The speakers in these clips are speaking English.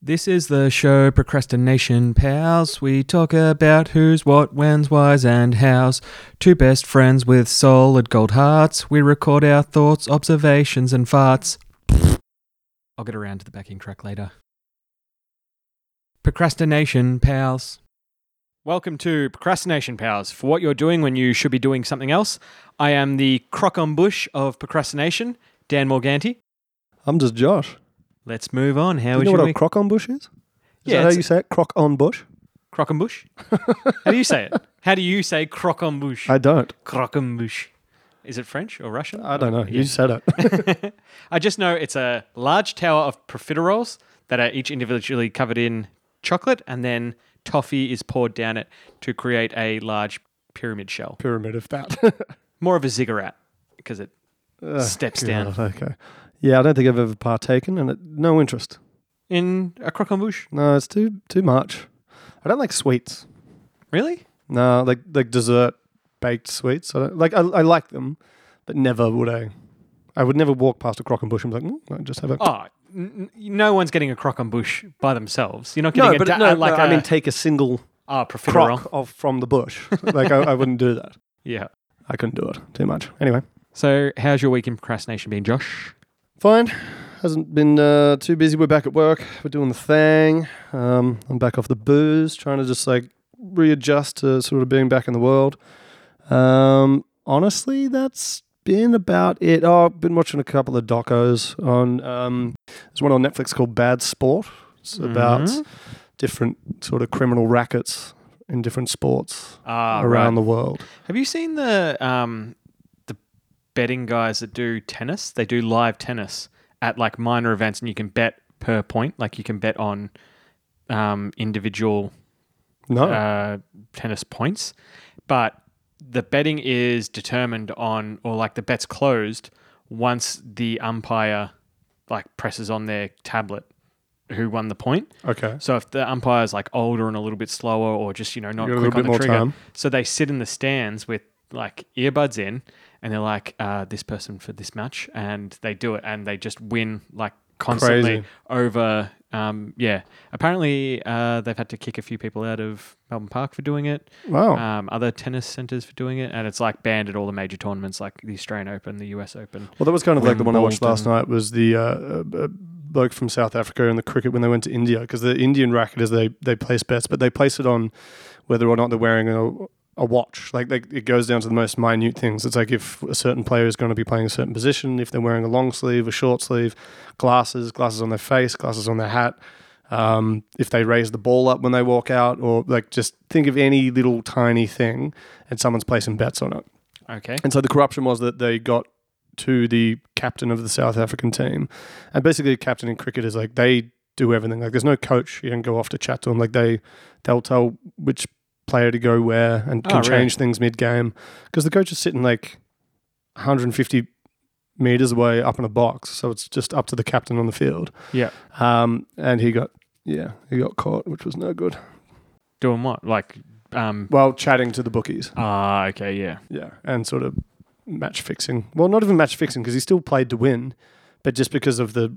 This is the show Procrastination Pals. We talk about who's what, when's, why's, and how's. Two best friends with solid gold hearts. We record our thoughts, observations, and farts. I'll get around to the backing track later. Procrastination Pals. Welcome to Procrastination Pals for what you're doing when you should be doing something else. I am the crock on bush of procrastination, Dan Morganti. I'm just Josh. Let's move on. How you was know your what a week? crock on bush is? Is Yeah, that how it's- you say it? Crock on bush? Crockenbush? How do you say it? How do you say crockenbush? I don't. Crockenbush. Is it French or Russian? I don't know. Yeah. You said it. I just know it's a large tower of profiteroles that are each individually covered in chocolate, and then toffee is poured down it to create a large pyramid shell. Pyramid of fat. More of a ziggurat because it Ugh, steps down. Ah, God, okay. Yeah, I don't think I've ever partaken and it, no interest. In a crockenbush? No, it's too too much. I don't like sweets. Really? No, like like dessert baked sweets. I don't, like I, I like them, but never would I. I would never walk past a crock and bush and be like, mm, I just have a. Oh, n- n- no one's getting a crockenbush by themselves. You're not getting no, a but da- no, like uh, no, a I mean, take a single ah, profiterole. crock off from the bush. like I, I wouldn't do that. Yeah. I couldn't do it. Too much. Anyway. So, how's your week in procrastination been, Josh? Fine. Hasn't been uh, too busy. We're back at work. We're doing the thing. Um, I'm back off the booze, trying to just like readjust to sort of being back in the world. Um, honestly, that's been about it. Oh, I've been watching a couple of docos on. Um, there's one on Netflix called Bad Sport. It's about Mhm. different sort of criminal rackets in different sports Ah, right. around the world. Have you seen the um the betting guys that do tennis? They do live tennis at like minor events, and you can bet per point. Like you can bet on um individual No, uh, tennis points, but the betting is determined on, or like the bet's closed once the umpire like presses on their tablet who won the point. okay. So if the umpire's like older and a little bit slower, or just you know not You got a quick little on bit the more trigger, time. so they sit in the stands with like earbuds in, and they're like, uh, "This person for this match," and they do it, and they just win like constantly Crazy. over. Um, yeah, apparently uh, they've had to kick a few people out of Melbourne Park for doing it, Wow. um, other tennis centres for doing it, and it's like banned at all the major tournaments like the Australian Open, the US Open. Well, that was kind of like the one I watched last Wimbledon. night was the uh, uh, uh, bloke from South Africa and the cricket when they went to India because the Indian racket is they they place bets, but they place it on whether or not they're wearing a, a watch. Like they, it goes down to the most minute things. It's like if a certain player is going to be playing a certain position, if they're wearing a long sleeve, a short sleeve, glasses, glasses on their face, glasses on their hat. Um, if they raise the ball up when they walk out, or like just think of any little tiny thing, and someone's placing bets on it. Okay, And so the corruption was that they got to the captain of the South African team. And basically, a captain in cricket is like they do everything. Like there's no coach. You don't go off to chat to them. Like they they'll tell which player to go where and Oh, can really? change things mid game because the coach is sitting like 150 meters away up in a box. So it's just up to the captain on the field. Yeah. Um, and he got yeah he got caught, which was no good. doing what? Like, um, Well, chatting to the bookies. ah, okay, yeah, Yeah, and sort of match fixing. Well, not even match fixing because he still played to win, but just because of the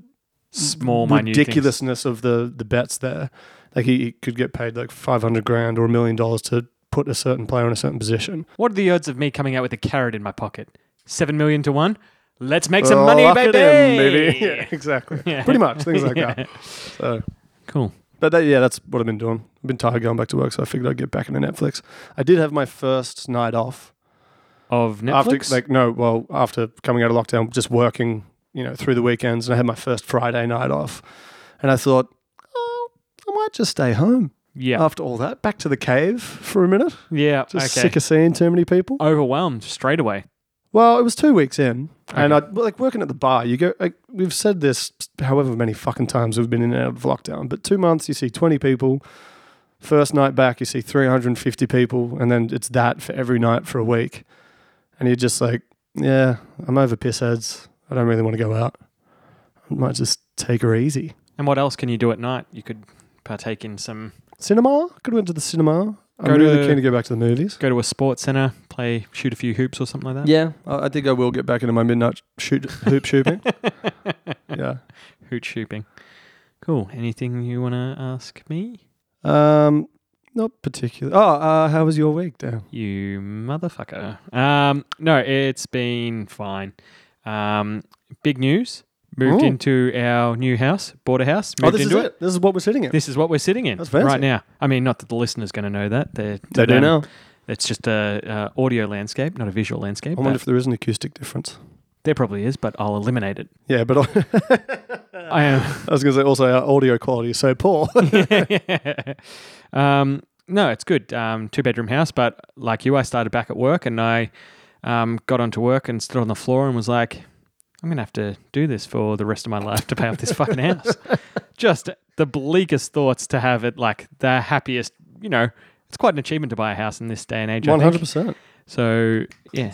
small, minute things. ridiculousness of the the bets there, like he, he could get paid like five hundred grand or a million dollars to put a certain player in a certain position. What are the odds of me coming out with a carrot in my pocket? Seven million to one. Let's make some Oh, money, lock baby. it in, baby. Yeah, exactly. Yeah. Pretty much things like that. So, Cool. but that, yeah, that's what I've been doing. I've been tired going back to work, so I figured I'd get back into Netflix. I did have my first night off Of Netflix. After, like, no, well, after coming out of lockdown, just working, you know, through the weekends, and I had my first Friday night off. And I thought, oh, I might just stay home yeah. after all that. Back to the cave for a minute. yeah. Just okay. sick of seeing too many people. Overwhelmed straight away. Well, it was two weeks in, and I Okay. well, like working at the bar. You go, like, we've said this however many fucking times we've been in and out of lockdown, but two months you see 20 people. First night back, you see 350 people, and then it's that for every night for a week. And you're just like, yeah, I'm over piss heads. I don't really want to go out. I might just take her easy. And what else can you do at night? You could partake in some. Cinema? Could have went to the cinema. Go I'm really to- keen to go back to the movies. Go to a sports center, play, shoot a few hoops or something like that. Yeah, I I think I will get back into my midnight shoot hoop shooting. yeah. Hoot shooting. Cool. Anything you want to ask me? Um, not particular. Oh, uh, how was your week, Dan? You motherfucker. Um, no, it's been fine. Um, big news. Moved Ooh. into our new house, bought a house, Oh, moved this is into it. This is what we're sitting at. This is what we're sitting in That's fancy. right now. I mean, not that the listener's going to know that. They're, to they do them, now. It's just a, a audio landscape, not a visual landscape. I wonder but if there is an acoustic difference. there probably is, but I'll eliminate it. Yeah, but I, Uh. I am. I was going to say also our audio quality is so poor. um, no, it's good. Um, two bedroom house, but like you, I started back at work and I um, got onto work and stood on the floor and was like, I'm going to have to do this for the rest of my life to pay off this fucking house. Just the bleakest thoughts to have it like the happiest, you know. It's quite an achievement to buy a house in this day and age. I One think. hundred percent. So yeah,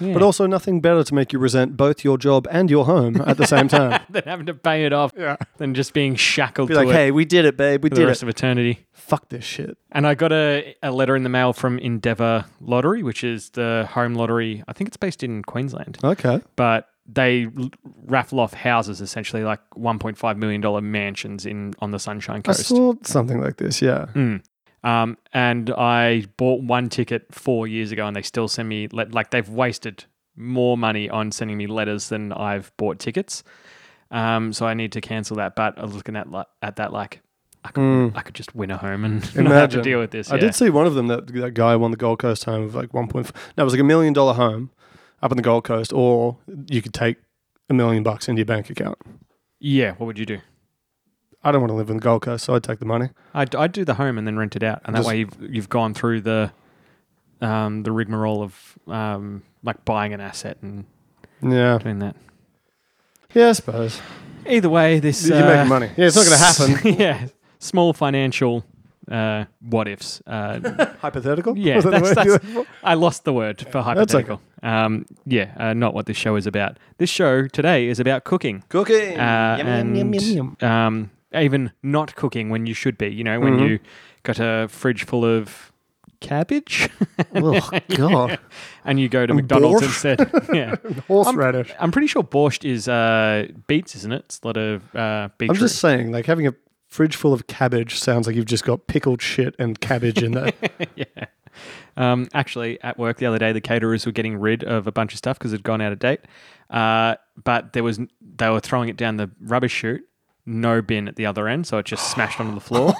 yeah. But also nothing better to make you resent both your job and your home at the same time. than having to pay it off yeah. than just being shackled Be to like, it hey, we did it, babe. We for the did rest it. of eternity. Fuck this shit. And I got a, a letter in the mail from Endeavour Lottery, which is the home lottery. I think it's based in Queensland, Okay. but they l- raffle off houses essentially, like 1.5 million dollar mansions in on the Sunshine I Coast. saw something like this. Yeah. Mm. Um, and I bought one ticket four years ago, and they still send me le- like they've wasted more money on sending me letters than I've bought tickets. Um, so I need to cancel that. But I was looking at li- at that like I could, Mm. I could just win a home and not have to Imagine. deal with this. I yeah. did see one of them that that guy won the Gold Coast home of like one point. No, it was like a million dollar home up on the Gold Coast, or you could take a million bucks into your bank account. yeah. What would you do? I don't want to live on the Gold Coast, so I'd take the money. I'd, I'd do the home and then rent it out, and that Just- way you've you've gone through the um, the rigmarole of um, like buying an asset and Yeah, doing that. yeah, I suppose Either way, this you're uh, making money. Yeah, it's not going to happen. yeah, small financial uh, what ifs. Uh, Hypothetical. yeah, Was that the that's, word you that's, were- I lost the word for That's okay. hypothetical. Um, yeah, uh, not what this show is about. This show today is about cooking. Cooking. Uh, Yum, yum, and yum, yum, yum. Um, even not cooking when you should be. You know, when Mhm. you got a fridge full of cabbage oh God, and you go to And McDonald's borscht. instead. yeah. horseradish. I'm pretty sure borscht is uh, beets, isn't it? It's a lot of uh, beetroot. I'm just saying, like having a fridge full of cabbage sounds like you've just got pickled shit and cabbage in there. yeah. Um, actually, at work the other day, the caterers were getting rid of a bunch of stuff because it had gone out of date. Uh, but there was they were throwing it down the rubbish chute, no bin at the other end, so it just smashed onto the floor.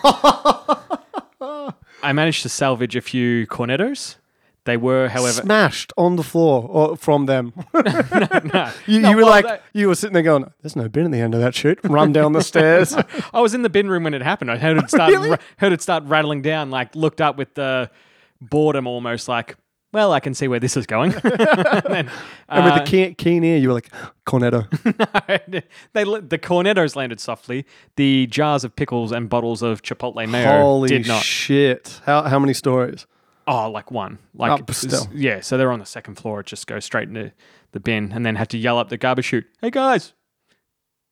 I managed to salvage a few cornetos. They were, however, Smashed on the floor or from them. no. You, No, you were well, like, that- you were sitting there going, "There's no bin at the end of that shoot." Run down the stairs. I was in the bin room when it happened. I heard it start Really? ra- heard it start rattling down. Like looked up with the boredom, almost like, well, I can see where this is going. and then, and with uh, the keen, keen ear, you were like, "Cornetto." they li- the cornetos landed softly. The jars of pickles and bottles of chipotle mayo Holy did not. shit! How how many stories? oh, like one. Like Oh, but still. s- yeah. So they're on the second floor. It just goes straight into the bin, and then have to yell up the garbage chute. Hey guys,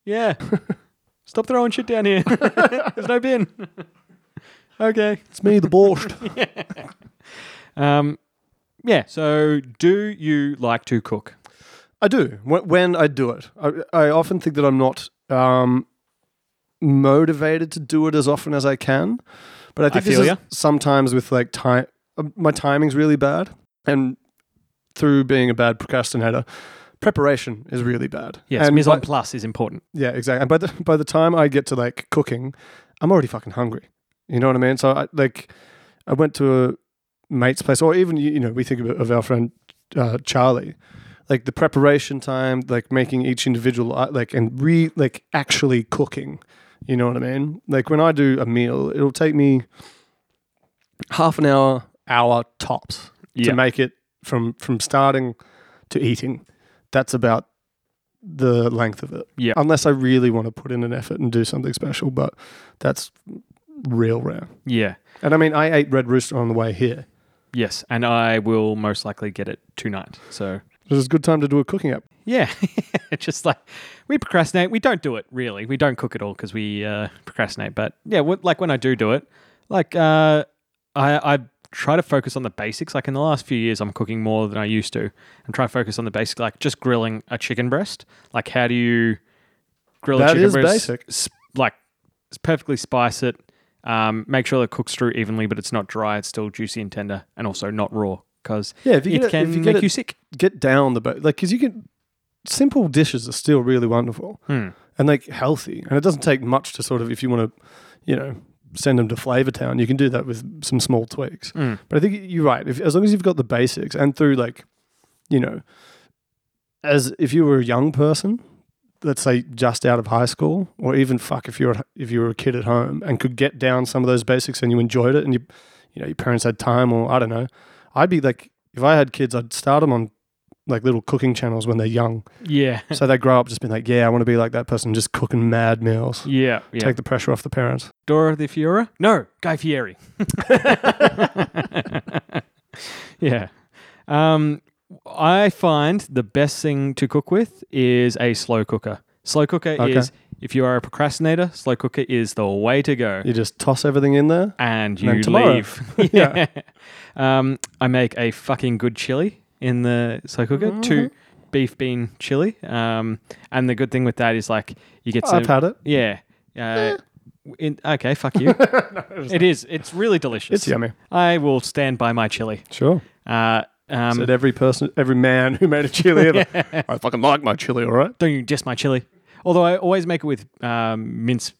yeah, stop throwing shit down here. There's no bin. okay. It's me, the borscht. Um, yeah. So do you like to cook? I do when, when I do it. I, I often think that I'm not um, motivated to do it as often as I can, but I think this feel is ya. sometimes with like time. My timing's really bad, and through being a bad procrastinator, preparation is really bad. Yes. and Mise by- en place is important. Yeah, exactly. And by the by the time I get to like cooking, I'm already fucking hungry. You know what I mean? So I like I went to a mate's place, or even you you know we think of, of our friend uh, Charlie, like the preparation time, like making each individual uh, like and re like actually cooking. You know what I mean? Like when I do a meal, it'll take me half an hour, hour tops Yeah. to make it from from starting to eating. That's about the length of it. Yeah. Unless I really want to put in an effort and do something special, but that's real rare. Yeah. And I mean, I ate Red Rooster on the way here. Yes. And I will most likely get it tonight. So. It was a good time to do a cooking app. Yeah, just like we procrastinate. We don't do it really. We don't cook at all because we uh, procrastinate. But yeah, wh- like when I do do it, like uh, I, I try to focus on the basics. Like in the last few years, I'm cooking more than I used to, and try to focus on the basics, like just grilling a chicken breast. Like how do you grill That a chicken is breast? basic. s- like perfectly spice it. Um, make sure that it cooks through evenly, but it's not dry. It's still juicy and tender, and also not raw because Yeah, if you it get it- can if you get make it- you sick. Get down the boat, like because you can. Simple dishes are still really wonderful Hmm. and like healthy, and it doesn't take much to sort of if you want to, you know, send them to Flavor Town, you can do that with some small tweaks. Mm. But I think you're right. If, as long as you've got the basics and through like, you know, as if you were a young person, let's say just out of high school, or even fuck if you're at- if you were a kid at home and could get down some of those basics and you enjoyed it and you, you know, your parents had time or I don't know, I'd be like, if I had kids, I'd start them on like little cooking channels when they're young, Yeah, so they grow up just being like, yeah, I want to be like that person, just cooking mad meals. yeah, yeah. Take the pressure off the parents. Dora the Fiora? No, Guy Fieri. yeah. Um, I find the best thing to cook with is a slow cooker. Slow cooker Okay. is, if you are a procrastinator, slow cooker is the way to go. You just toss everything in there. And you then tomorrow. leave. Yeah. Um, I make a fucking good chili in the slow cooker. Two Mm-hmm. beef bean chili. Um, and the good thing with that is like you get some. I've had it. Yeah. Eh. Uh, in, okay, fuck you. it is. It's really delicious. It's yummy. I will stand by my chili. Sure. Uh, um, said every person, every man who made a chili ever. I fucking like my chili, all right. don't you diss my chili. Although I always make it with um, mince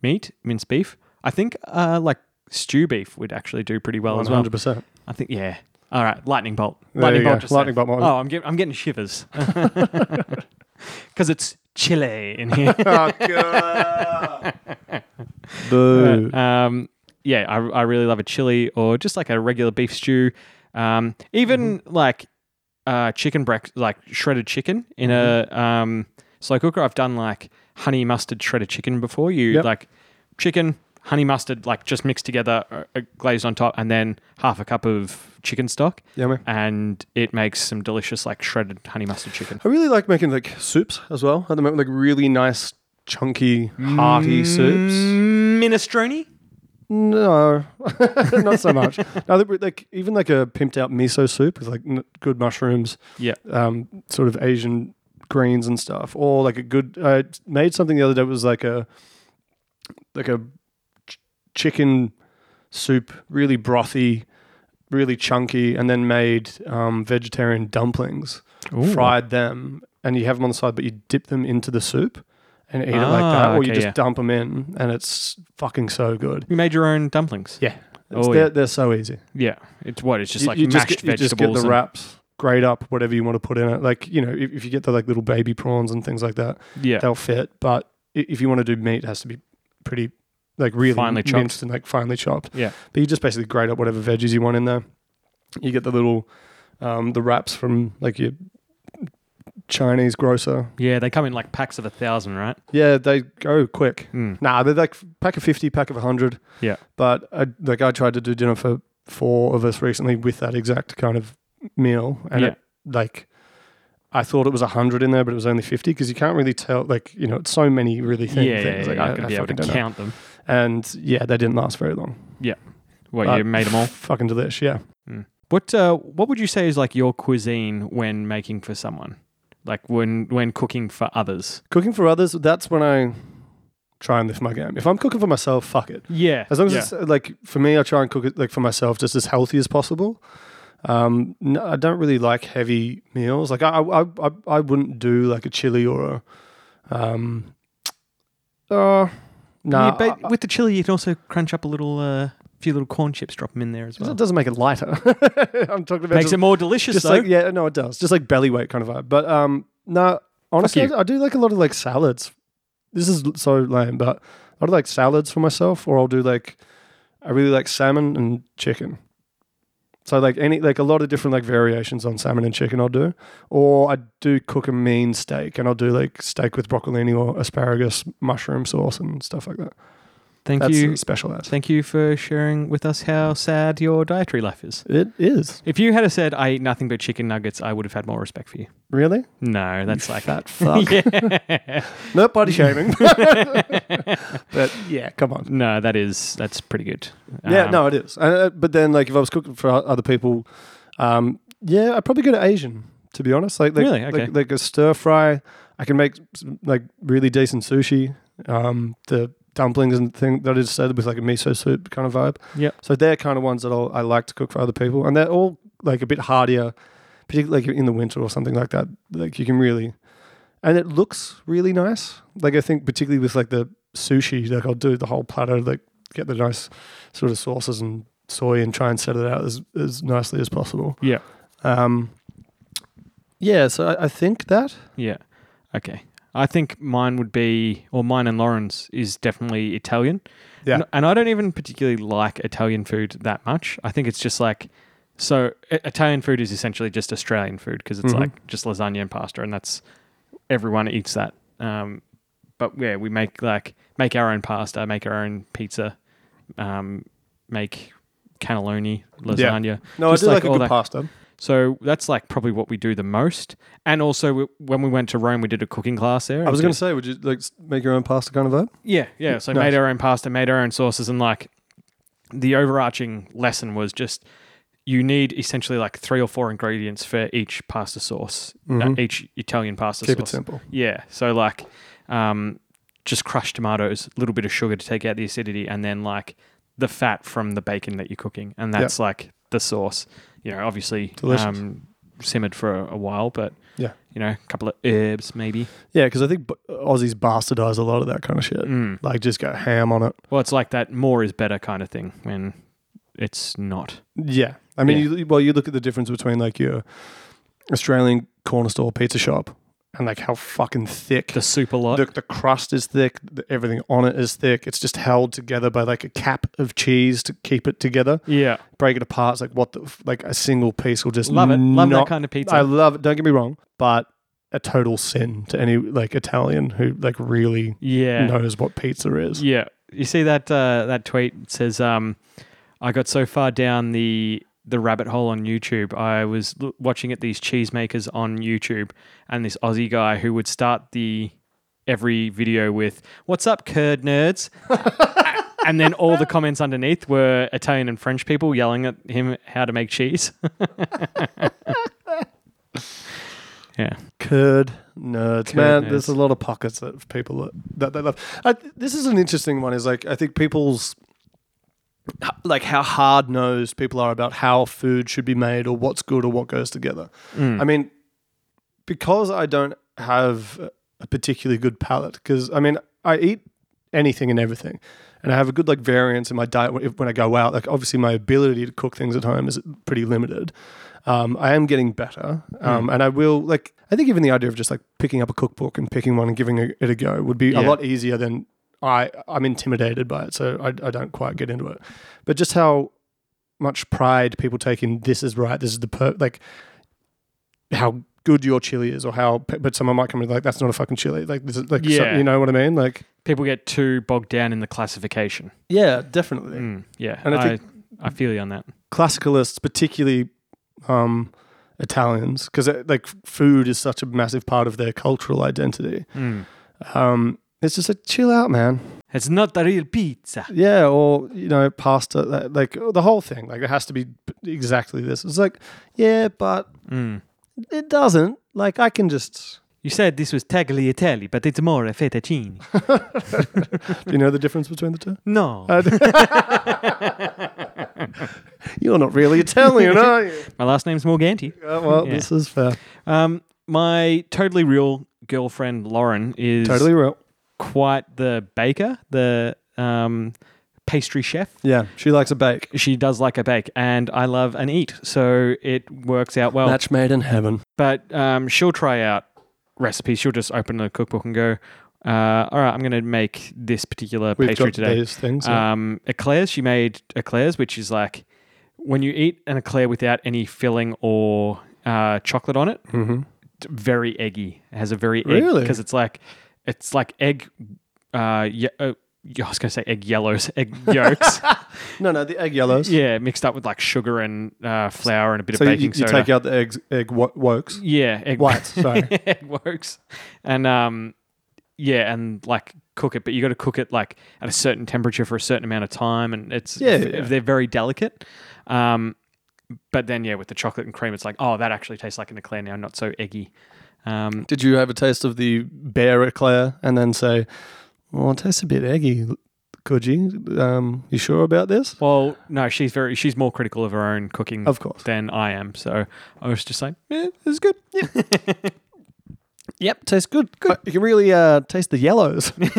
meat, mince beef. I think uh, like stew beef would actually do pretty well One as well. hundred percent. I think, yeah. All right, lightning bolt. There lightning you bolt. go. Just Lightning there. bolt, Martin. Oh, I'm, get, I'm getting shivers because it's chilly in here. Oh god. Boo. um, yeah, I, I really love a chili or just like a regular beef stew. Um, even like uh, chicken break, like shredded chicken in a um, slow cooker. I've done like honey mustard shredded chicken before. You Yep. like chicken, honey mustard, like just mixed together, uh, uh, glazed on top, and then half a cup of chicken stock. Yummy. And it makes some delicious like shredded honey mustard chicken. I really like making like soups as well at the moment, like really nice, chunky, hearty Mm. soups. Minestrone. No, not so much. No, they- like even like a pimped out miso soup with like n- good mushrooms, Yeah. um, sort of Asian greens and stuff, or like a good. I made something the other day. It was like a like a ch- chicken soup, really brothy, really chunky, and then made um, vegetarian dumplings, Ooh. fried them, and you have them on the side, but you dip them into the soup and eat it like that, Ah, or you okay, just yeah. dump them in, and it's fucking so good. You made your own dumplings. Yeah. It's, Oh, they're, yeah. they're so easy. Yeah, it's what it's just You- like you mashed just get, vegetables. You just get the and- wraps, grate up whatever you want to put in it. Like, you know, if, if you get the like little baby prawns and things like that, yeah, they'll fit. But i- if you want to do meat, it has to be pretty, like really Finely chopped. minced and like finely chopped. Yeah. But you just basically grate up whatever veggies you want in there. You get the little, um, the wraps from like your Chinese grocer. yeah. They come in like packs of a thousand, right? Yeah, they go quick. Mm. Nah, they're like pack of 50, pack of 100. Yeah. But I, like I tried to do dinner for four of us recently with that exact kind of meal. And Yeah. it, like, I thought it was 100 in there, but it was only 50 because you can't really tell. Like, you know, it's so many really Yeah, thin yeah, things. yeah, like, yeah. I could be able to fucking don't know. count them. And yeah, they didn't last very long. What But you made them all? Fucking delish, yeah. What uh, What would you say is like your cuisine when making for someone, like when when cooking for others? Cooking for others, that's when I try and lift my game. If I'm cooking for myself, fuck it. Yeah, As long as yeah. it's uh, like for me, I try and cook it like for myself, just as healthy as possible. Um, no, I don't really like heavy meals. Like I, I, I, I wouldn't do like a chili or a, um, uh, Yeah, no, but with the chili, you can also crunch up a little, uh, few little corn chips, drop them in there as well. it doesn't make it lighter. I'm talking about Makes just, it more delicious, just though. like yeah, no, it does, just like belly weight kind of vibe. But um, no, honestly, you. I, I do like a lot of like salads. This is l- so lame, but I do like salads for myself, or I'll do like I really like salmon and chicken. So like any like a lot of different like variations on salmon and chicken I'll do, or I do cook a mean steak and I'll do like steak with broccolini or asparagus, mushroom sauce and stuff like that. thank That's you, a special ass. thank you for sharing with us how sad your dietary life is. It is If you had said I eat nothing but chicken nuggets, I would have had more respect for you. really No, that's like fat fuck. yeah. No body shaming, but yeah, come on. No, that is that's pretty good. Yeah, Um, no, it is. Uh, but then, like, if I was cooking for o- other people, um, yeah, I'd probably go to Asian. To be honest, like, like Really? Okay. like, like a stir fry. I can make s- like really decent sushi. um, the dumplings and thing that I just said with like a miso soup kind of vibe. Yep. So they're kind of ones that I'll, I like to cook for other people, and they're all like a bit hardier, particularly like in the winter or something like that. Like you can really, and it looks really nice. Like I think particularly with like the sushi, like I'll do the whole platter, like get the nice sort of sauces and soy, and try and set it out as as nicely as possible. Yeah. Um. Yeah. So I, I think that. Yeah. Okay. I think mine would be, or mine and Lauren's is definitely Italian. Yeah. And, and I don't even particularly like Italian food that much. I think it's just like, so I- Italian food is essentially just Australian food because it's Mhm. like just lasagna and pasta, and that's everyone eats that. Um, but yeah, we make like make our own pasta, make our own pizza, um, make cannelloni, lasagna. No, Just I do like like, a all good that- pasta. So that's like probably what we do the most. And also, we, when we went to Rome, we did a cooking class there. I was It going was- to say, would you like s- make your own pasta kind of vibe? yeah, yeah. So Nice. made our own pasta, made our own sauces, and like the overarching lesson was just you need essentially like three or four ingredients for each pasta sauce, uh, Mhm. each Italian pasta Keep it sauce. simple. Yeah. So like, um, just crushed tomatoes, a little bit of sugar to take out the acidity, and then like the fat from the bacon that you're cooking, and Yep. that's like the sauce. You know, obviously, Delicious. um, simmered for a, a while, but Yeah. you know, a couple of herbs maybe. Yeah, because I think b- Aussies bastardize a lot of that kind of shit. Mm. Like, just go ham on it. Well, it's like that more is better kind of thing when it's not. Yeah, I mean, Yeah. You, well, you look at the difference between like your Australian corner store pizza shop and like how fucking thick The super lot. the, the crust is thick, the, everything on it is thick. It's just held together by like a cap of cheese to keep it together. yeah. Break it apart, it's like what the f- like a single piece will just Love it. Love not that kind of pizza. I love it. Don't get me wrong, but a total sin to any like Italian who like really yeah. knows what pizza is. Yeah. You see that uh, that tweet it says um, I got so far down the the rabbit hole on YouTube. I was l- watching at these cheesemakers on YouTube and this Aussie guy who would start the every video with "What's up, curd nerds?" A- and then all the comments underneath were Italian and French people yelling at him how to make cheese. yeah. Curd nerds, Curd man. nerds. There's a lot of pockets that people that, that they love. I, this is an interesting one. Is like I think people's like how hard nosed people are about how food should be made or what's good or what goes together. Mm. I mean, because I don't have a particularly good palate, because I mean, I eat anything and everything, and I have a good like variance in my diet when- if- when I go out. Like, obviously, my ability to cook things at home is pretty limited. Um, I am getting better, um, and I will like. I think even the idea of just like picking up a cookbook and picking one and giving it a go would be a Yeah. lot easier than I. I'm intimidated by it, so I, I don't quite get into it. But just how much pride people take in this is right, this is the per like how good your chili is or how but someone might come in like that's not a fucking chili like this is like so- Yeah. you know what i mean like People get too bogged down in the classification. yeah definitely Mm, yeah. And I I, I feel you on that. classicalists particularly um italians because like food is such a massive part of their cultural identity Mm. um it's just like chill out man It's not the real pizza. yeah or you know pasta that- like the whole thing like it has to be exactly this it's like yeah but Mm. it doesn't like i can just You said this was tagliatelle, but it's more a fettuccine. do you know the difference between the two No. you're not really italian are you My last name's Morganti. Uh, well, Yeah. this is fair. Um, my totally real girlfriend, Lauren, is Totally real. quite the baker, the um, pastry chef. Yeah, she likes a bake. She does like a bake, and I love an eat, so it works out well. Match made in heaven. but um, she'll try out recipes. She'll just open a cookbook and go, uh, "All right, I'm going to make this particular We've pastry got today." these things. yeah. Um, eclairs. She made eclairs, which is like when you eat an eclair without any filling or uh, chocolate on it, Mhm. it's very eggy. It has a very egg Really? because it's like it's like egg. Uh, ye- uh, I was going to say egg yellows, egg yolks. No, no, the egg yellows. yeah, mixed up with like sugar and uh, flour and a bit So of you, baking you soda. take out the eggs, egg wo- wokes. yeah, egg Whites, sorry. it works. And um yeah, and like cook it, but you got to cook it like at a certain temperature for a certain amount of time and it's Yeah, if- yeah. if they're very delicate. Um but then yeah, with the chocolate and cream it's like, oh, that actually tastes like an eclair now, not so eggy. Um Did you have a taste of the bear eclair and then say, Well, it tastes a bit eggy. Could you? Um, you sure about this? Well, no, she's very she's more critical of her own cooking Of course. than I am. So I was just like, Mm. yeah, this is good. Yep, tastes good. Good. You can really uh, taste the yellows. They're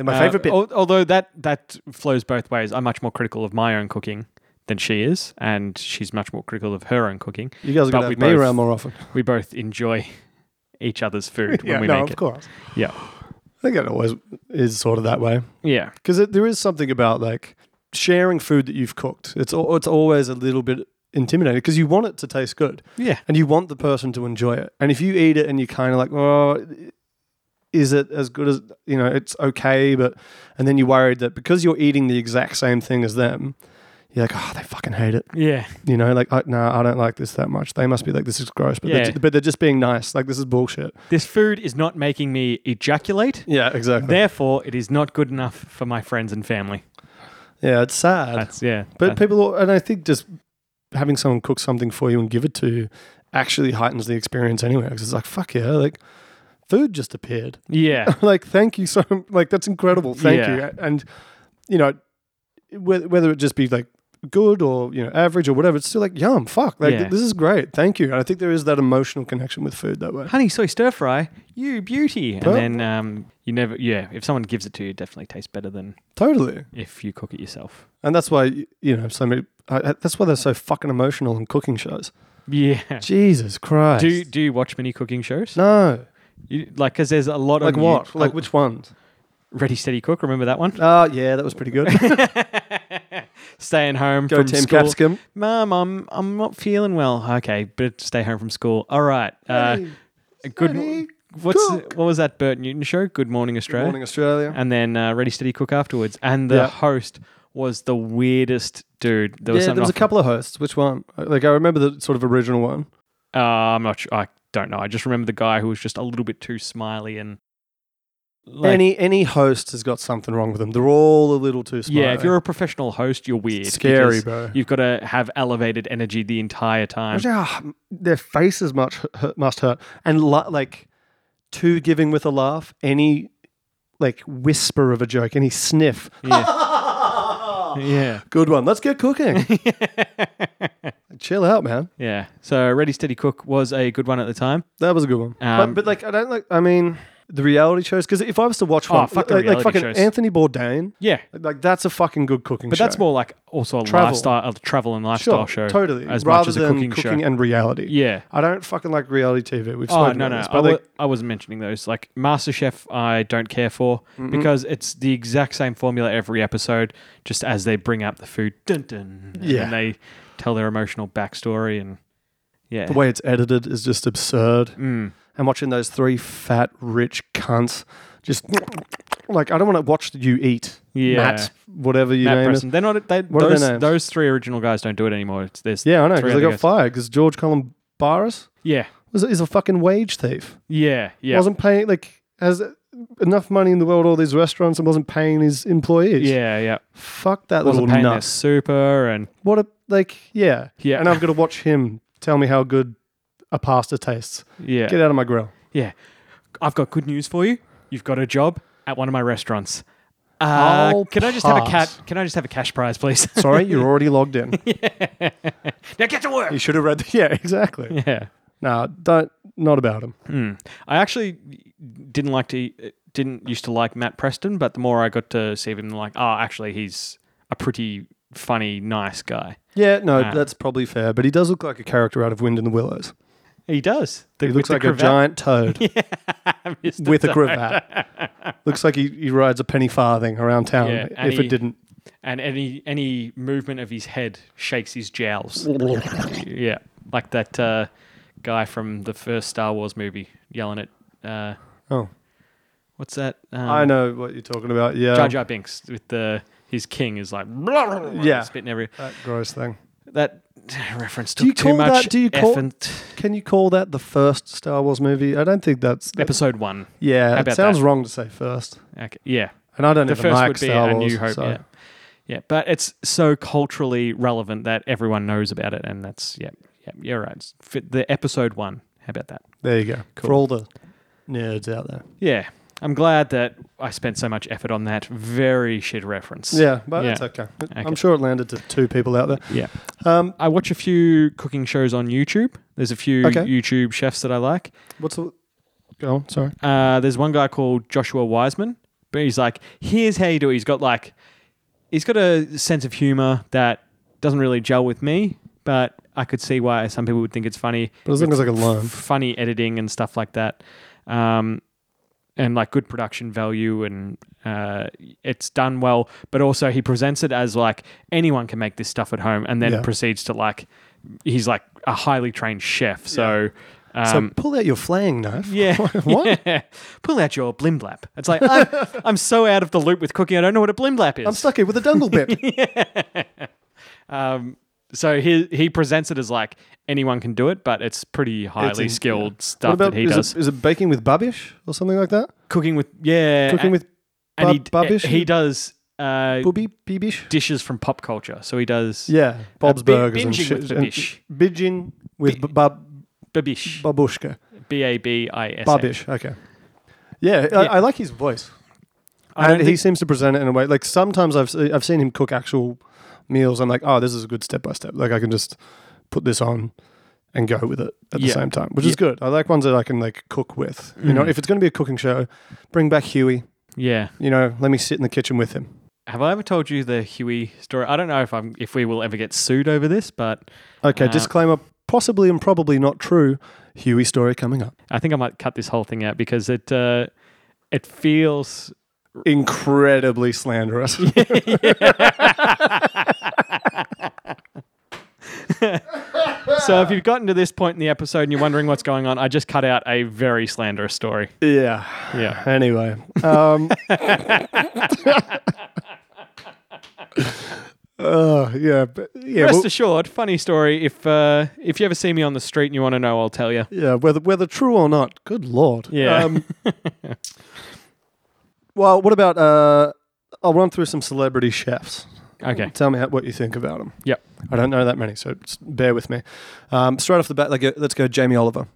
my Uh, favorite bit. al- although that that flows both ways. I'm much more critical of my own cooking than she is, and she's much more critical of her own cooking. you guys are but gonna we have me both- around more often. We both enjoy each other's food when we no, make of it. course. Yeah. I think it always is sort of that way. Yeah. because there is something about like sharing food that you've cooked. It's al- it's always a little bit intimidating because you want it to taste good Yeah. and you want the person to enjoy it. And if you eat it and you're kind of like, oh, is it as good as you know? It's okay, but and then you're worried that because you're eating the exact same thing as them. You're like, oh, they fucking hate it. Yeah. You know, like, I, no, I don't like this that much. They must be like, this is gross. But, Yeah. they're, ju- but they're just being nice. Like, this is bullshit. This food is not making me ejaculate. Yeah, exactly. Therefore, it is not good enough for my friends and family. yeah, it's sad. That's yeah. But that- people, and I think just having someone cook something for you and give it to you actually heightens the experience anyway. Because it's like, fuck yeah, like food just appeared. yeah, like, thank you so Like, that's incredible. Thank Yeah. you. And, you know, whe- whether it just be like good or, you know, average or whatever, it's still like, yum, fuck. Like, Yeah. this is great. Thank you. And I think there is that emotional connection with food that way. honey soy stir fry, you beauty. And Well- then um, you never. Yeah, if someone gives it to you, it definitely tastes better than Totally. if you cook it yourself. And that's why, you know, so many, I, that's why they're so fucking emotional in cooking shows. Yeah. Jesus Christ. Do you- do you watch many cooking shows? no. You, like, because there's a lot Like on what? You, Oh. Like which ones? Ready Steady Cook? Remember that one? Oh, yeah, that was pretty good. Staying home Go from Tim school. Capscom. Mom, I'm I'm not feeling well. Okay, but stay home from school. All right. Uh, good. Steady What's Cook. what was that Bert Newton show? Good Morning Australia. Morning Australia. and then uh, Ready Steady Cook afterwards. And the Yeah. host was the weirdest dude. There was yeah, something there was a off- couple of hosts. Which one? Uh, Like I remember the sort of original one. Uh, I'm not sure. I don't know. I just remember the guy who was just a little bit too smiley and. Like, any any host has got something wrong with them. They're all a little too smart. yeah, if you're a professional host, you're weird. scary, because bro. You've got to have elevated energy the entire time. Imagine how h- their faces much hurt, must hurt, and la- like too giving with a laugh. Any like whisper of a joke, any sniff. Yeah. Good one. Let's get cooking. Chill out, man. Yeah. So Ready Steady Cook was a good one at the time. That was a good one. Um, but, but like, I don't like. I mean, the reality shows. Because if I was to watch Oh, one, fuck the like, like reality fucking shows. Anthony Bourdain, Yeah. like that's a fucking good cooking. But show. that's more like also a Travel. lifestyle, a travel and lifestyle sure, show. totally. As Rather much as a than cooking, show. and reality. Yeah. I don't fucking like reality TV. We've Oh spoken no about no! this, I, but wa- like, I wasn't mentioning those. Like MasterChef, I don't care for because it's the exact same formula every episode. Just as they bring up the food, dun dun, and Yeah. then they tell their emotional backstory and yeah, the way it's edited is just absurd. Mm. And watching those three fat rich cunts just like I don't want to watch you eat. Yeah. Matt, whatever your Matt name Preston. They're not. They, What are their those, names? those three original guys don't do it anymore. It's there's is. Yeah, I know three because they other got guys. fired because George Columbaris Yeah, was is a fucking wage thief. yeah, yeah. wasn't paying like has enough money in the world all these restaurants and wasn't paying his employees. yeah, yeah. Fuck that Wasn't little paying nut. their super and What a like yeah. Yeah. And I've got to watch him tell me how good a pasta tastes. yeah, Get out of my grill. yeah. I've got good news for you. You've got a job at one of my restaurants. Uh, I'll can I just have a pass. cat? Can I just have a cash prize, please? Sorry, you're already logged in. now get to work. You should have read the Yeah, exactly. Yeah. No, don't not about him. Mm. I actually didn't like to uh, didn't used to like Matt Preston, but the more I got to see him, like, oh, actually, he's a pretty funny, nice guy. Yeah, no, Ah. that's probably fair, but he does look like a character out of Wind in the Willows. He does. The- He looks with like the a giant toad cravat. Mr. with a Toad. cravat. looks like he, he rides a penny farthing around town Yeah, and if he- it didn't. and any any movement of his head shakes his jowls. yeah, like that uh, guy from the first Star Wars movie yelling at uh, Oh. what's that? Um, I know what you're talking about. Yeah. Jar Jar Binks with the his king is like Yeah. spitting every That gross thing. that reference Do you took too call that- much do you call- effort. Can you call that the first Star Wars movie? I don't think that's. episode one How yeah, it about sounds that? wrong to say first. okay. yeah And I don't the even first like would be Star a Wars. new hope so- yeah yeah but it's so culturally relevant that everyone knows about it and that's yeah yeah you're right It's fit- the episode one how about that There you go. Cool. For all the nerds out there. yeah I'm glad that I spent so much effort on that very shit reference. Yeah, but Yeah. it's okay. It- Okay. I'm sure it landed to two people out there. Yeah. Um, I watch a few cooking shows on YouTube. There's a few Okay. YouTube chefs that I like. what's the? Go on. Sorry. Uh, there's one guy called Joshua Wiseman, but he's like, here's how you do it. He's got like, he's got a sense of humor that doesn't really gel with me, but I could see why some people would think it's funny. But as long as I can learn. funny editing and stuff like that, um, and like good production value, and uh, it's done well. But also, he presents it as like anyone can make this stuff at home, and then Yeah. proceeds to like he's like a highly trained chef. So, um, so pull out your flaying knife. yeah. What? Yeah. Pull out your blimblap. It's like, I'm, I'm so out of the loop with cooking. I don't know what a blimblap is. I'm stuck here with a dungle bit. um, so he he presents it as like anyone can do it, but it's pretty highly in- skilled what stuff about that he is does. It, is it baking with babish or something like that? cooking with yeah, Cooking and, with and bub- he, bubbish? he does uh, booby beebish. dishes from pop culture. So he does Yeah, Bob's Uh, bi- Burgers and binging shit. with and- babish. Binging with b- bab- babish, babushka. b a b i s. A. Babish. Okay. Yeah, I, Yeah. I like his voice. I don't and he think- seems to present it in a way like sometimes I've se- I've seen him cook actual meals. I'm like, oh, this is a good step by step. Like I can just put this on and go with it at Yeah. the same time, which Yeah. is good. I like ones that I can like cook with. You know, Mm. if it's going to be a cooking show, bring back Huey. Yeah. You know, let me sit in the kitchen with him. Have I ever told you the Huey story? I don't know if I'm if we will ever get sued over this, but Okay, Uh, disclaimer: possibly and probably not true. Huey story coming up. I think I might cut this whole thing out because it uh, it feels Incredibly slanderous. so. If you've gotten to this point in the episode and you're wondering what's going on, I just cut out a very slanderous story. yeah. Yeah, Anyway, um, uh, yeah, but yeah, rest well, assured, funny story. If uh, if you ever see me on the street and you want to know, I'll tell you. yeah. Whether whether true or not, good lord. Yeah. Um, well, what about? Uh, I'll run through some celebrity chefs. Okay, Tell me how, what you think about them. Yep. I don't know that many, so s- bear with me. Um, straight off the bat, like, uh, let's go Jamie Oliver.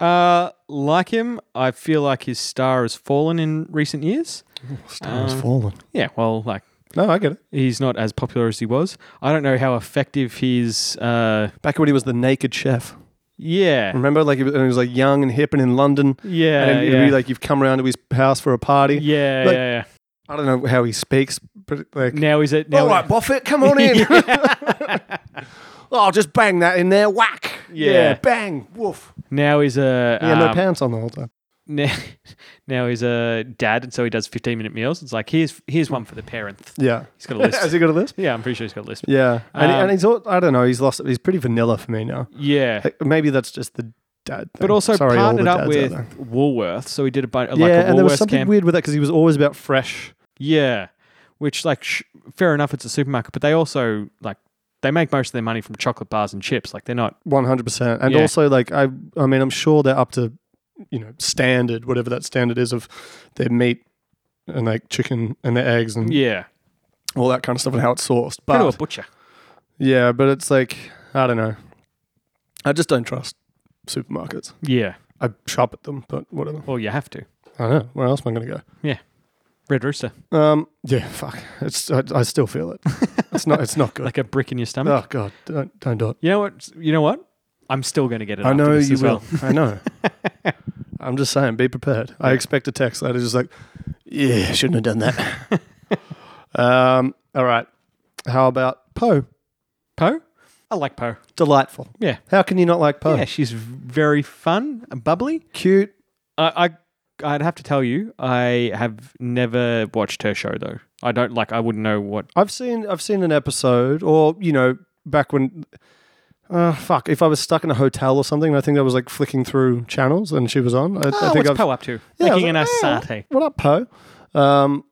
uh, like him, I feel like his star has fallen in recent years. Star has Um, fallen. Yeah, well, like No, I get it. he's not as popular as he was. I don't know how effective his uh, Back when he was the naked chef. yeah, Remember, like, he was, and he was like young and hip and in London. yeah, Mm. and it'd yeah. be like you've come around to his house for a party. Yeah, Like- yeah, I don't know how he speaks, but like, yeah. Now is it? Now all right, Buffett, come on in. oh, just bang that in there, whack. Yeah. bang, woof. now is a Yeah, no um, pants on the whole time. now, now he's a dad, and so he does fifteen minute meals. It's like here's here's one for the parent. Yeah, He's got a has list. he got a list? yeah, I'm pretty sure he's got a list. Yeah, and, Um, and he's all, I don't know, he's lost. He's pretty vanilla for me now. Yeah, Like, maybe that's just the dad. Thing. but also Sorry, all partnered the up dads with out there. Woolworth, so he did a bunch like yeah, a and there was Woolworth something camp. weird with that because he was always about fresh. yeah, which like sh- fair enough, it's a supermarket, but they also like they make most of their money from chocolate bars and chips. Like they're not. One hundred percent, and Yeah. also like I, I mean, I'm sure they're up to, you know, standard whatever that standard is of their meat and like chicken and their eggs and Yeah, all that kind of stuff and how it's sourced. go to a Mm. But butcher. yeah, but it's like I don't know. I just don't trust supermarkets. Yeah, I shop at them, but whatever. well you have to. I don't know where else am I going to Red Rooster, go. Um, yeah, fuck. It's I, I still feel it. it's not. It's not good. like um, a brick in your stomach. oh god, don't don't do it. You know what? You know what? I'm still going to get it. I after know this you as well. will. I know. I'm just saying, be prepared. I Yeah. expect a text later, just like, yeah, shouldn't have done that. um, all right. How about Poe? Poe? I like Poe. Delightful. Yeah. How can you not like Poe? Yeah, she's very fun and bubbly. Cute. I, I, I'd have to tell you, I have never watched her show though. I don't like. I wouldn't know what. I've seen I've seen an episode, or you know, back when. Uh, fuck! If I was stuck in a hotel or something, I think I was like flicking through channels, and she was on. I, Oh, I think what's I've, Poe up to? Yeah, I was Making an like, "Oh, asante. What up, Poe? Um,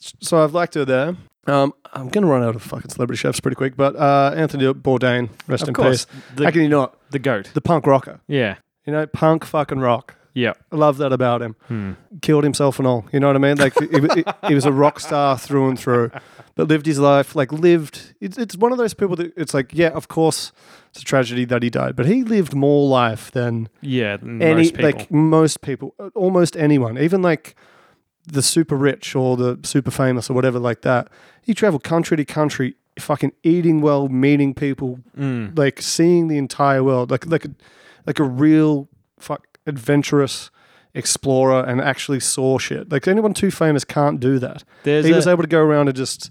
s- so I've liked her there. Um, I'm gonna run out of fucking celebrity chefs pretty quick, but uh, Anthony Bourdain, rest Of in course, peace. How the, can you not? the goat. The punk rocker, Yeah, you know, punk fucking rock. yeah. I love that about him. Hmm. Killed himself and all. You know what I mean? Like he, wa- he, he was a rock star through and through, but lived his life like lived. It's, it's one of those people that it's like, yeah, of course, it's a tragedy that he died, but he lived more life than Yeah, than any most people. like most people, almost uh, anyone, even like the super rich or the super famous or whatever like that. You travel country to country, fucking eating well, meeting people, Mm. like seeing the entire world, like like a, like a real fuck adventurous explorer and actually saw shit. Like anyone too famous can't do that. There's he a- was able to go around and just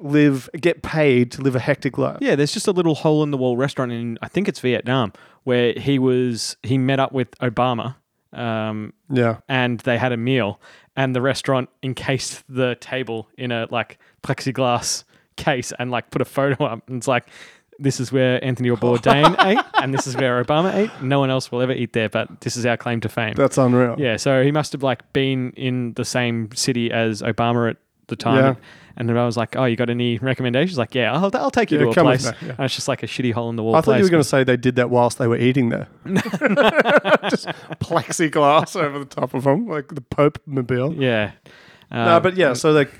live, get paid to live a hectic life. Yeah, there's just a little hole in the wall restaurant in I think it's Vietnam where he was he met up with Obama um, Yeah. and they had a meal and the restaurant encased the table in a like plexiglass case and like put a photo up and it's like this is where Anthony Bourdain ate and this is where Obama ate. No one else will ever eat there, but this is our claim to fame. That's unreal. Yeah, so he must have like been in the same city as Obama at the time. Yeah. And then I was like, "Oh, you got any recommendations?" Like, "Yeah, I'll, I'll take you Yeah, to a come with place." me, yeah. And it's just like a shitty hole in the wall. I thought you place. were going to say they did that whilst they were eating there. Just plexiglass over the top of them, like the Pope mobile. Yeah. Uh, no, but yeah, so like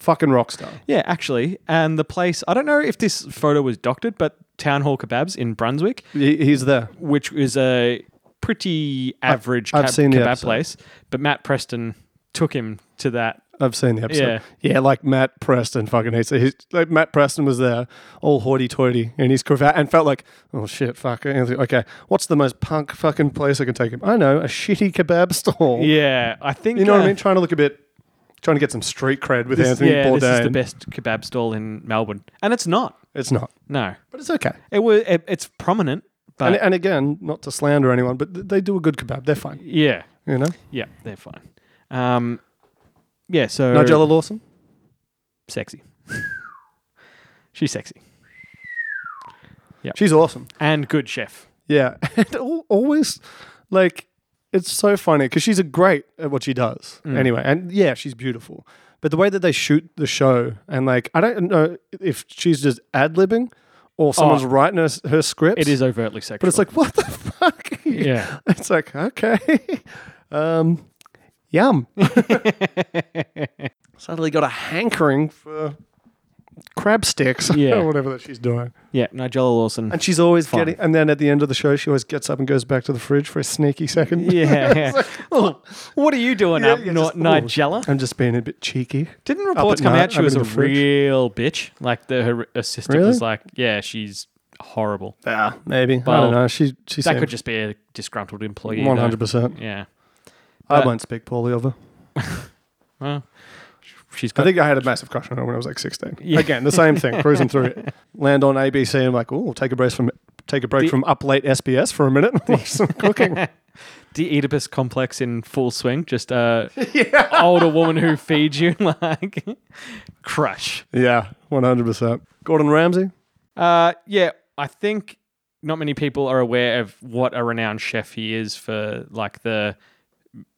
fucking rock star. yeah, actually, and the place—I don't know if this photo was doctored, but Town Hall Kebabs in Brunswick, He, he's there. which is a pretty average I've keb- seen the kebab episode. place, but Matt Preston took him to that. I've seen the Yeah. episode. Yeah, like Matt Preston fucking hates it. He's, like Matt Preston was there, all hoity-toity in his cravat, and felt like, oh shit, fuck. Anthony- Okay, what's the most punk fucking place I can take him? I know, a shitty kebab stall. Yeah, I think You know what uh, I mean? Trying to look a bit, trying to get some street cred with This, Anthony yeah, Bourdain. this is the best kebab stall in Melbourne, and it's not. It's not, No, but it's okay. It was. It, it's prominent, but and, and again, not to slander anyone, but th- they do a good kebab. They're fine, yeah, you know. yeah, they're fine. Um, yeah. So Nigella Lawson. sexy. She's sexy She's awesome. and good chef. Yeah, and al- always like it's so funny because she's a great at what she does. Mm. Anyway, and yeah, she's beautiful. But the way that they shoot the show, and like I don't know if she's just ad libbing or someone's writing her, her script. Oh. It is overtly sexual. but it's like what the fuck? yeah, it's like okay, um, yum. Suddenly got a hankering for crab sticks Yeah. or whatever that she's doing. yeah. Nigella Lawson. And she's always Fine. getting, and then at the end of the show, she always gets up and goes back to the fridge for a sneaky second. yeah. oh, what are you doing Yeah, up yeah, north, just- ooh. Nigella? I'm just being a bit cheeky. Didn't reports at come night, out she up was in a the fridge. real bitch? Like the her assistant was Really? like, yeah, she's horrible. Yeah, maybe. I Well, don't know. She, she That said could just be a disgruntled employee. though. 100%. Yeah. I But- won't speak poorly of her. Well, she's got I think I had a massive crush on her when I was like 16. Yeah. Again, the same thing, cruising through it. Land on ABC, I'm like, oh, take a break from take a break The- from up late SBS for a minute, and watch some cooking. the Oedipus complex in full swing. Just a older woman who feeds you like crush. yeah, 100%. Gordon Ramsay, Uh, yeah, I think not many people are aware of what a renowned chef he is for like the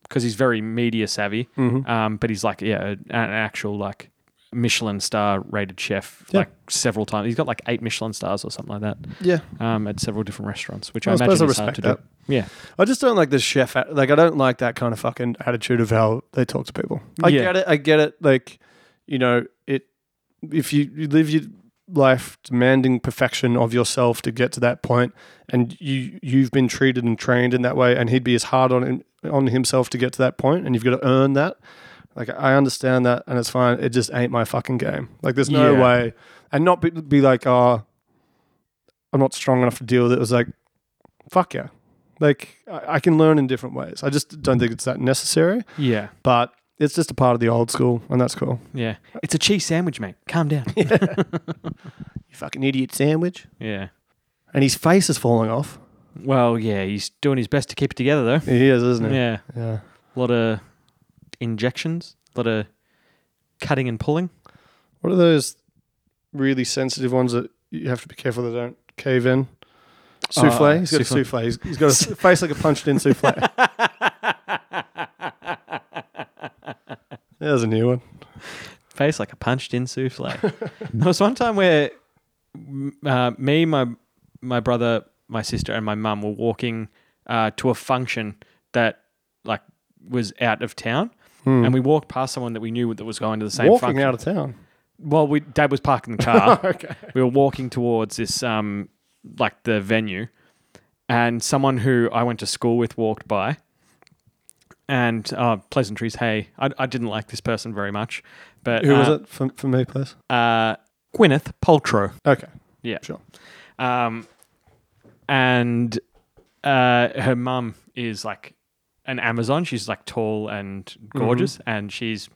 because he's very media savvy. Mm-hmm. Um, but he's like yeah, an actual like Michelin star rated chef Yeah. like several times. He's got like eight Michelin stars or something like that. yeah, Um, at several different restaurants, which I, I imagine is suppose I hard to respect do. Yeah. I just don't like this chef. at- Like, I don't like that kind of fucking attitude of how they talk to people. I Yeah. get it. I get it. Like, you know, it. If you, you live your life demanding perfection of yourself to get to that point, and you you've been treated and trained in that way, and he'd be as hard on him, on himself to get to that point, and you've got to earn that. Like, I understand that, and it's fine. It just ain't my fucking game. Like, there's no Yeah. way, and not be, be like, oh, I'm not strong enough to deal with it. It was like, fuck yeah. Like I, I can learn in different ways. I just don't think it's that necessary, Yeah. but it's just a part of the old school, and that's cool. Yeah. It's a cheese sandwich, mate. Calm down. You fucking idiot sandwich. yeah. And his face is falling off. Well, yeah, he's doing his best to keep it together, though. He is, isn't he? Yeah, Yeah. a lot of injections, a lot of cutting and pulling. What are those really sensitive ones that you have to be careful they don't cave in? Souffle. Uh, he's got souffle. a souffle. He's- he's got a s- face like a punched in souffle. There's a new one. Face like a punched-in souffle. there was one time where m- uh, me, my my brother, my sister, and my mum were walking uh, to a function that like was out of town, and we walked past someone that we knew that was going to the same Hmm. Oh, Walking function. out of town. Well, we dad was parking the car. Okay. we were walking towards this um like the venue and someone who I went to school with walked by and uh, pleasantries. Hey, I, I didn't like this person very much, but Who uh, was it for, for me, please? Uh, Gwyneth Paltrow. Okay. Yeah. Sure. Um, and uh, her mum is like an Amazon. She's like tall and gorgeous, and she's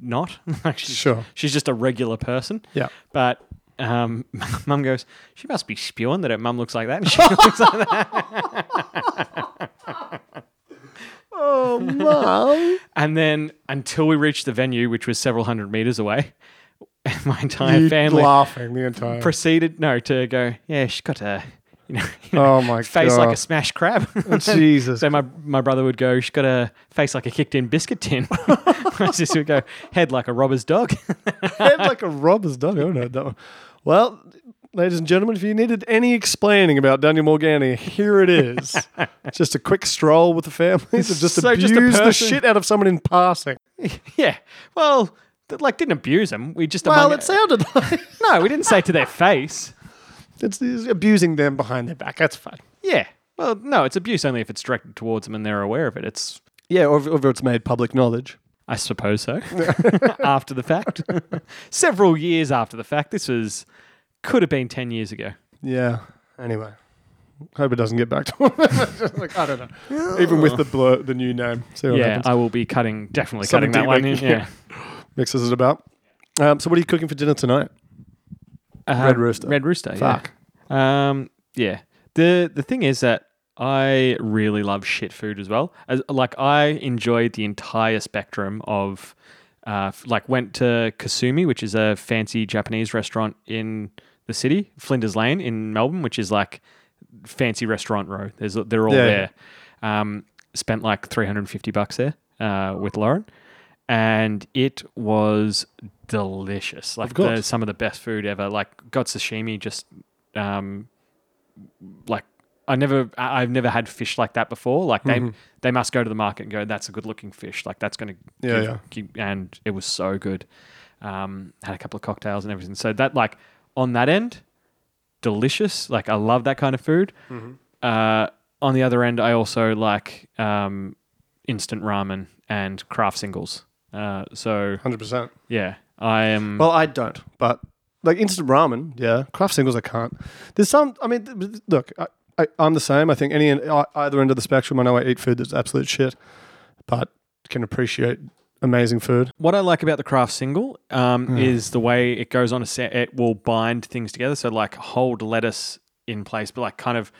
not. like she's, Sure. She's just a regular person. Yeah. But um, mum goes, she must be spewing that her mum looks like that. And she looks like that. Oh, mom. And then until we reached the venue, which was several hundred meters away, my entire you family laughing the entire. proceeded no to go. Yeah, she's got a you know, oh my face god. like a smashed crab. Jesus. So my my brother would go, she's got a face like a kicked in biscuit tin. my sister would go, head like a robber's dog. Head like a robber's dog. I haven't heard that one. Well, ladies and gentlemen, if you needed any explaining about Daniel Morgani, here it is. just a quick stroll with the families of just So abuse just a the person- shit out of someone in passing. yeah. Well, th- like didn't abuse them. We just Well, among- it sounded like no, we didn't say to their face. it's, it's abusing them behind their back. That's fine. Yeah. Well, no, it's abuse only if it's directed towards them and they're aware of it. It's Yeah, or, or it's made public knowledge. I suppose so. after the fact, several years after the fact, this was could have been ten years ago. Yeah. Anyway, hope it doesn't get back to him. Just like, I don't know. Even with the blur, the new name, see what yeah, happens. I will be cutting definitely Something cutting that one. In. deep, Yeah. Mixes it about. Um, so, what are you cooking for dinner tonight? Uh, Red Rooster. Red Rooster. Fuck. Yeah. Um. Yeah. The the thing is that I really love shit food as well. As, like I enjoyed the entire spectrum of, uh, f- like went to Kasumi, which is a fancy Japanese restaurant in the city, Flinders Lane in Melbourne, which is like fancy restaurant row. There's they're all Yeah. there. Um, spent like 350 bucks there uh, with Lauren, and it was delicious. Like the, course. some of the best food ever. Like got sashimi, just um, like I never, I- I've never had fish like that before. Like Mm-hmm. they, they must go to the market and go, that's a good looking fish. Like that's going to, Yeah, yeah. and it was so good. Um, had a couple of cocktails and everything. So that like on that end, delicious. Like I love that kind of food. Mm-hmm. Uh, on the other end, I also like um, instant ramen and craft singles. Uh, so 100%. yeah, I am. Well, I don't, but like instant ramen, yeah. Craft singles, I can't. There's some. I mean, th- th- look, I, I, I'm the same. I think any I- either end of the spectrum. I know I eat food that's absolute shit, but can appreciate amazing food. What I like about the craft single um, is the way it goes on a set. It will bind things together. So like hold lettuce in place, but like kind of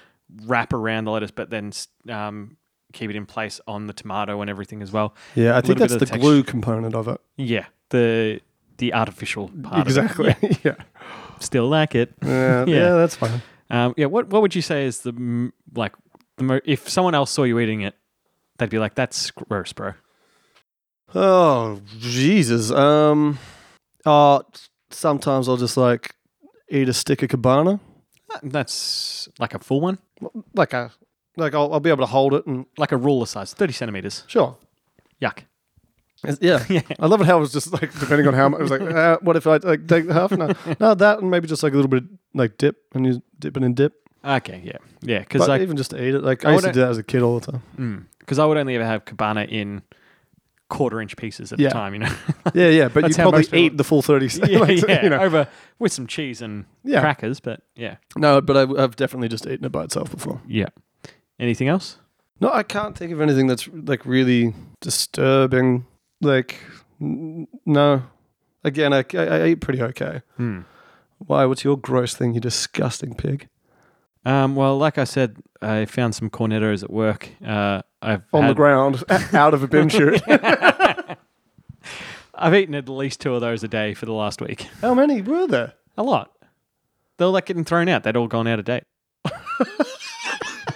wrap around the lettuce, but then s- um, keep it in place on the tomato and everything as well. Yeah, I think Little bit that's of the texture. glue component of it. Yeah, the the artificial part. of it. exactly. Yeah. Yeah, still like it. Yeah. yeah. that's fine. Um, yeah. What What would you say is the m- like the mo- if someone else saw you eating it, they'd be like, "That's gross, bro." Oh Jesus. Um. Oh, sometimes I'll just like eat a stick of cabana, That's like a full one, like a like I'll, I'll be able to hold it and like a ruler size, thirty centimeters. sure. Yuck. It's- yeah. Yeah. I love it how it was just like depending on how much it was like. Uh, what if I like take half? No, no, that and maybe just like a little bit like dip and you dip it in dip. Okay. Yeah. Yeah. Because But like. even just to eat it, like I I used to wanna- do that as a kid all the time. Because I would only ever have cabana in quarter inch pieces at Yeah. a time, you know. Yeah, yeah, but you That's how probably most people- eat the full thirty. yeah, like, yeah. You know. Over with some cheese and Yeah. crackers, but yeah. No, but I, I've definitely just eaten it by itself before. Yeah. Anything else? No, I can't think of anything that's like really disturbing. Like, n- no. Again, I, I, I eat pretty okay. Hmm. Why? What's your gross thing? You disgusting pig. Um, well, like I said, I found some cornetos at work. Uh, I've On the had- ground, out of a bin chute. I've eaten at least two of those a day for the last week. How many were there? A lot. They're like getting thrown out. They'd all gone out of date.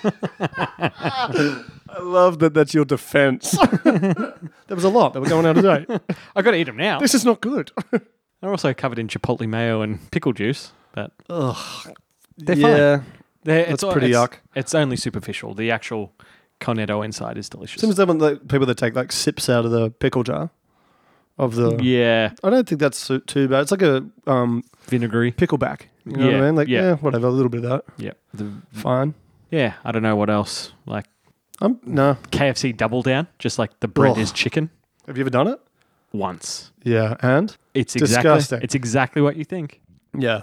I love that that's your defense. there was a lot that were going out of date. I've got to eat them now. This is not good. They're also covered in chipotle mayo and pickle juice, but Ugh. They're yeah. they're, it's That's all- pretty it's- yuck. It's only superficial. The actual cornetto inside is delicious. Sometimes they want like, people that take like sips out of the pickle jar of the. Yeah, I don't think that's so- too bad. It's like a um, vinegary. pickleback. You know what Yeah, I mean? Like, yeah. Mm. yeah. whatever. A little bit of that. Yeah, Fine. yeah. I don't know what else. Like I'm no. KFC double down, just like the bread Ugh. is chicken Have you ever done it? once. Yeah, and It's exactly Disgusting. it's exactly what you think. yeah.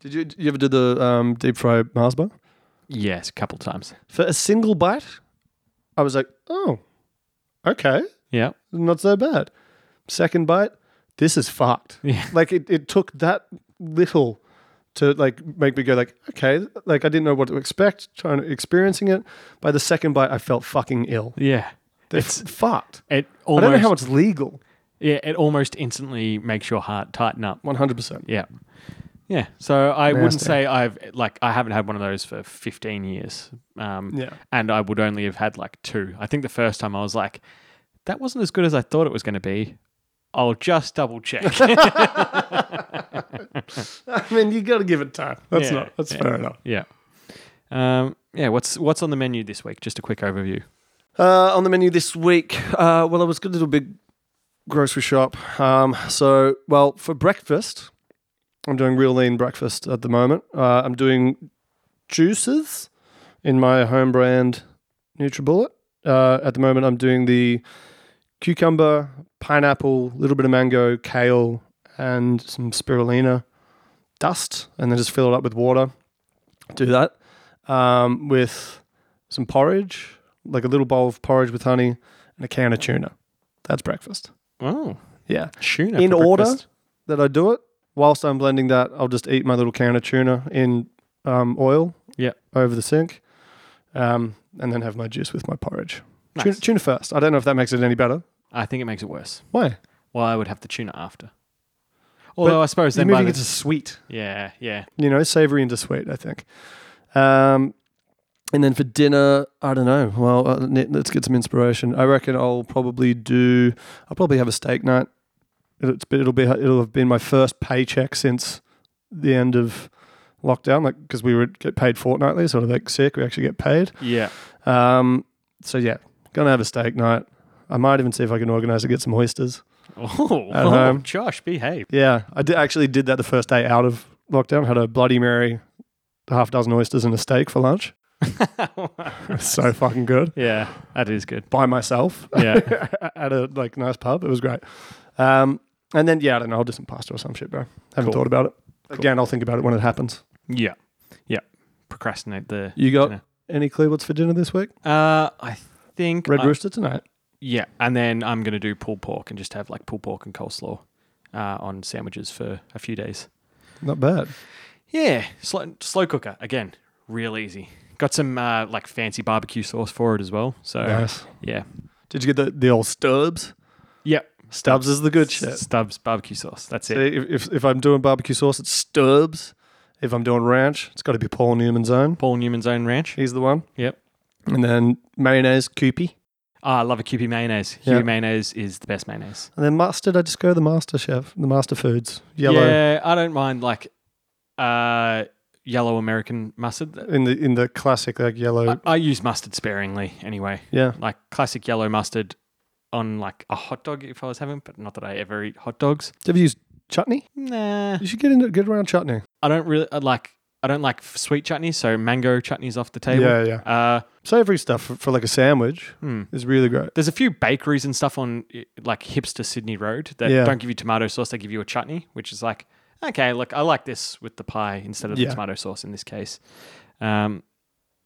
Did you you ever do the um, deep fry Mars bar? Yes, a couple times. For a single bite, I was like, oh, okay, Yeah. not so bad. Second bite, this is fucked. Yeah. Like it, it took that little to like make me go like, okay, like I didn't know what to expect. Trying to experiencing it. By the second bite, I felt fucking ill. Yeah. It's fucked. It I almost don't know how it's legal. yeah, it almost instantly makes your heart tighten up. One hundred percent. Yeah. Yeah. So I wouldn't Nasty. say I've like I haven't had one of those for 15 years. Um Yeah. and I would only have had like two. I think the first time I was like that wasn't as good as I thought it was going to be. I'll just double check. I mean, you got to give it time. That's Yeah, not. That's yeah. fair enough. yeah. Um yeah, what's what's on the menu this week? Just a quick overview. Uh, on the menu this week, uh, well, I was going to do a big grocery shop. Um, so, well, for breakfast, I'm doing real lean breakfast at the moment. Uh, I'm doing juices in my home brand NutriBullet. Uh, at the moment, I'm doing the cucumber, pineapple, little bit of mango, kale, and some spirulina dust, and then just fill it up with water. Do that um, with some porridge, like a little bowl of porridge with honey, and a can of tuna. That's breakfast. Oh, Yeah. tuna In for order? breakfast. That I do it. Whilst I'm blending that, I'll just eat my little can of tuna in um, oil Yep. over the sink um, and then have my juice with my porridge. Nice. Tuna, tuna first. I don't know if that makes it any better. I think it makes it worse. Why? Well, I would have the tuna after. Although I suppose You're then by moving the, into sweet. yeah, yeah, you know, savory into sweet, I think. Um, and then for dinner, I don't know. Well, uh, let- let's get some inspiration. I reckon I'll probably do. I'll probably have a steak night. It'll, it's been- it'll be. It'll have been my first paycheck since the end of lockdown, like because we would get paid fortnightly, sort of like sick. We actually get paid. yeah. Um, so yeah, gonna have a steak night. I might even see if I can organise to get some oysters. Oh, At home. Josh, behave. Yeah, I did, actually did that the first day out of lockdown. Had a Bloody Mary, a half dozen oysters and a steak for lunch. so fucking good yeah, that is good. by myself Yeah, at a like nice pub. It was great. Um, and then yeah, I don't know. I'll do some pasta or some shit, bro. Haven't Cool. thought about it. Cool. Again, I'll think about it when it happens. yeah, yeah. Procrastinate the. You got Dinner. any clue what's for dinner this week? Uh, I think Red I- Rooster tonight. Yeah, and then I'm gonna do pulled pork and just have like pulled pork and coleslaw uh, on sandwiches for a few days. Not bad. Yeah, slow, slow cooker again, real easy. Got some uh, like fancy barbecue sauce for it as well. So Nice. yeah, Did you get the, the old Stubbs? yep. Stubbs is the good shit. Stubbs barbecue sauce. That's See, it. if, if, if I'm doing barbecue sauce, it's Stubbs. If I'm doing ranch, it's got to be Paul Newman's own. Paul Newman's own ranch. He's the one. Yep. And then mayonnaise, Koopy. Ah, I love a QP mayonnaise. Yeah. QP mayonnaise is the best mayonnaise. And then mustard, I just go the master chef, the master foods. Yellow Yeah, I don't mind like uh, yellow American mustard. in the in the classic like yellow. I, I use mustard sparingly anyway. yeah. Like classic yellow mustard on like a hot dog if I was having, but not that I ever eat hot dogs. Have you used chutney? Nah, You should get into get around chutney. I don't really I like. I don't like f- sweet chutney, so mango chutney's off the table. Yeah, yeah. Uh, Savory stuff for, for like a sandwich hmm. is really great. There's a few bakeries and stuff on i- like hipster Sydney Road that Yeah. don't give you tomato sauce. They give you a chutney, which is like, okay, look, I like this with the pie instead of Yeah. the tomato sauce in this case. Um,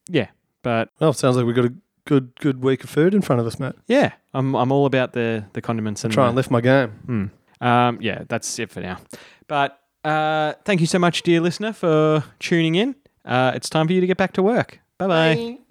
yeah, but Well, sounds like we've got a good good week of food in front of us, mate. yeah, I'm I'm all about the the condiments and Try and the- lift my game. Hmm. Um, yeah, that's it for now. But uh, thank you so much, dear listener, for tuning in. Uh, it's time for you to get back to work. Bye-bye. bye bye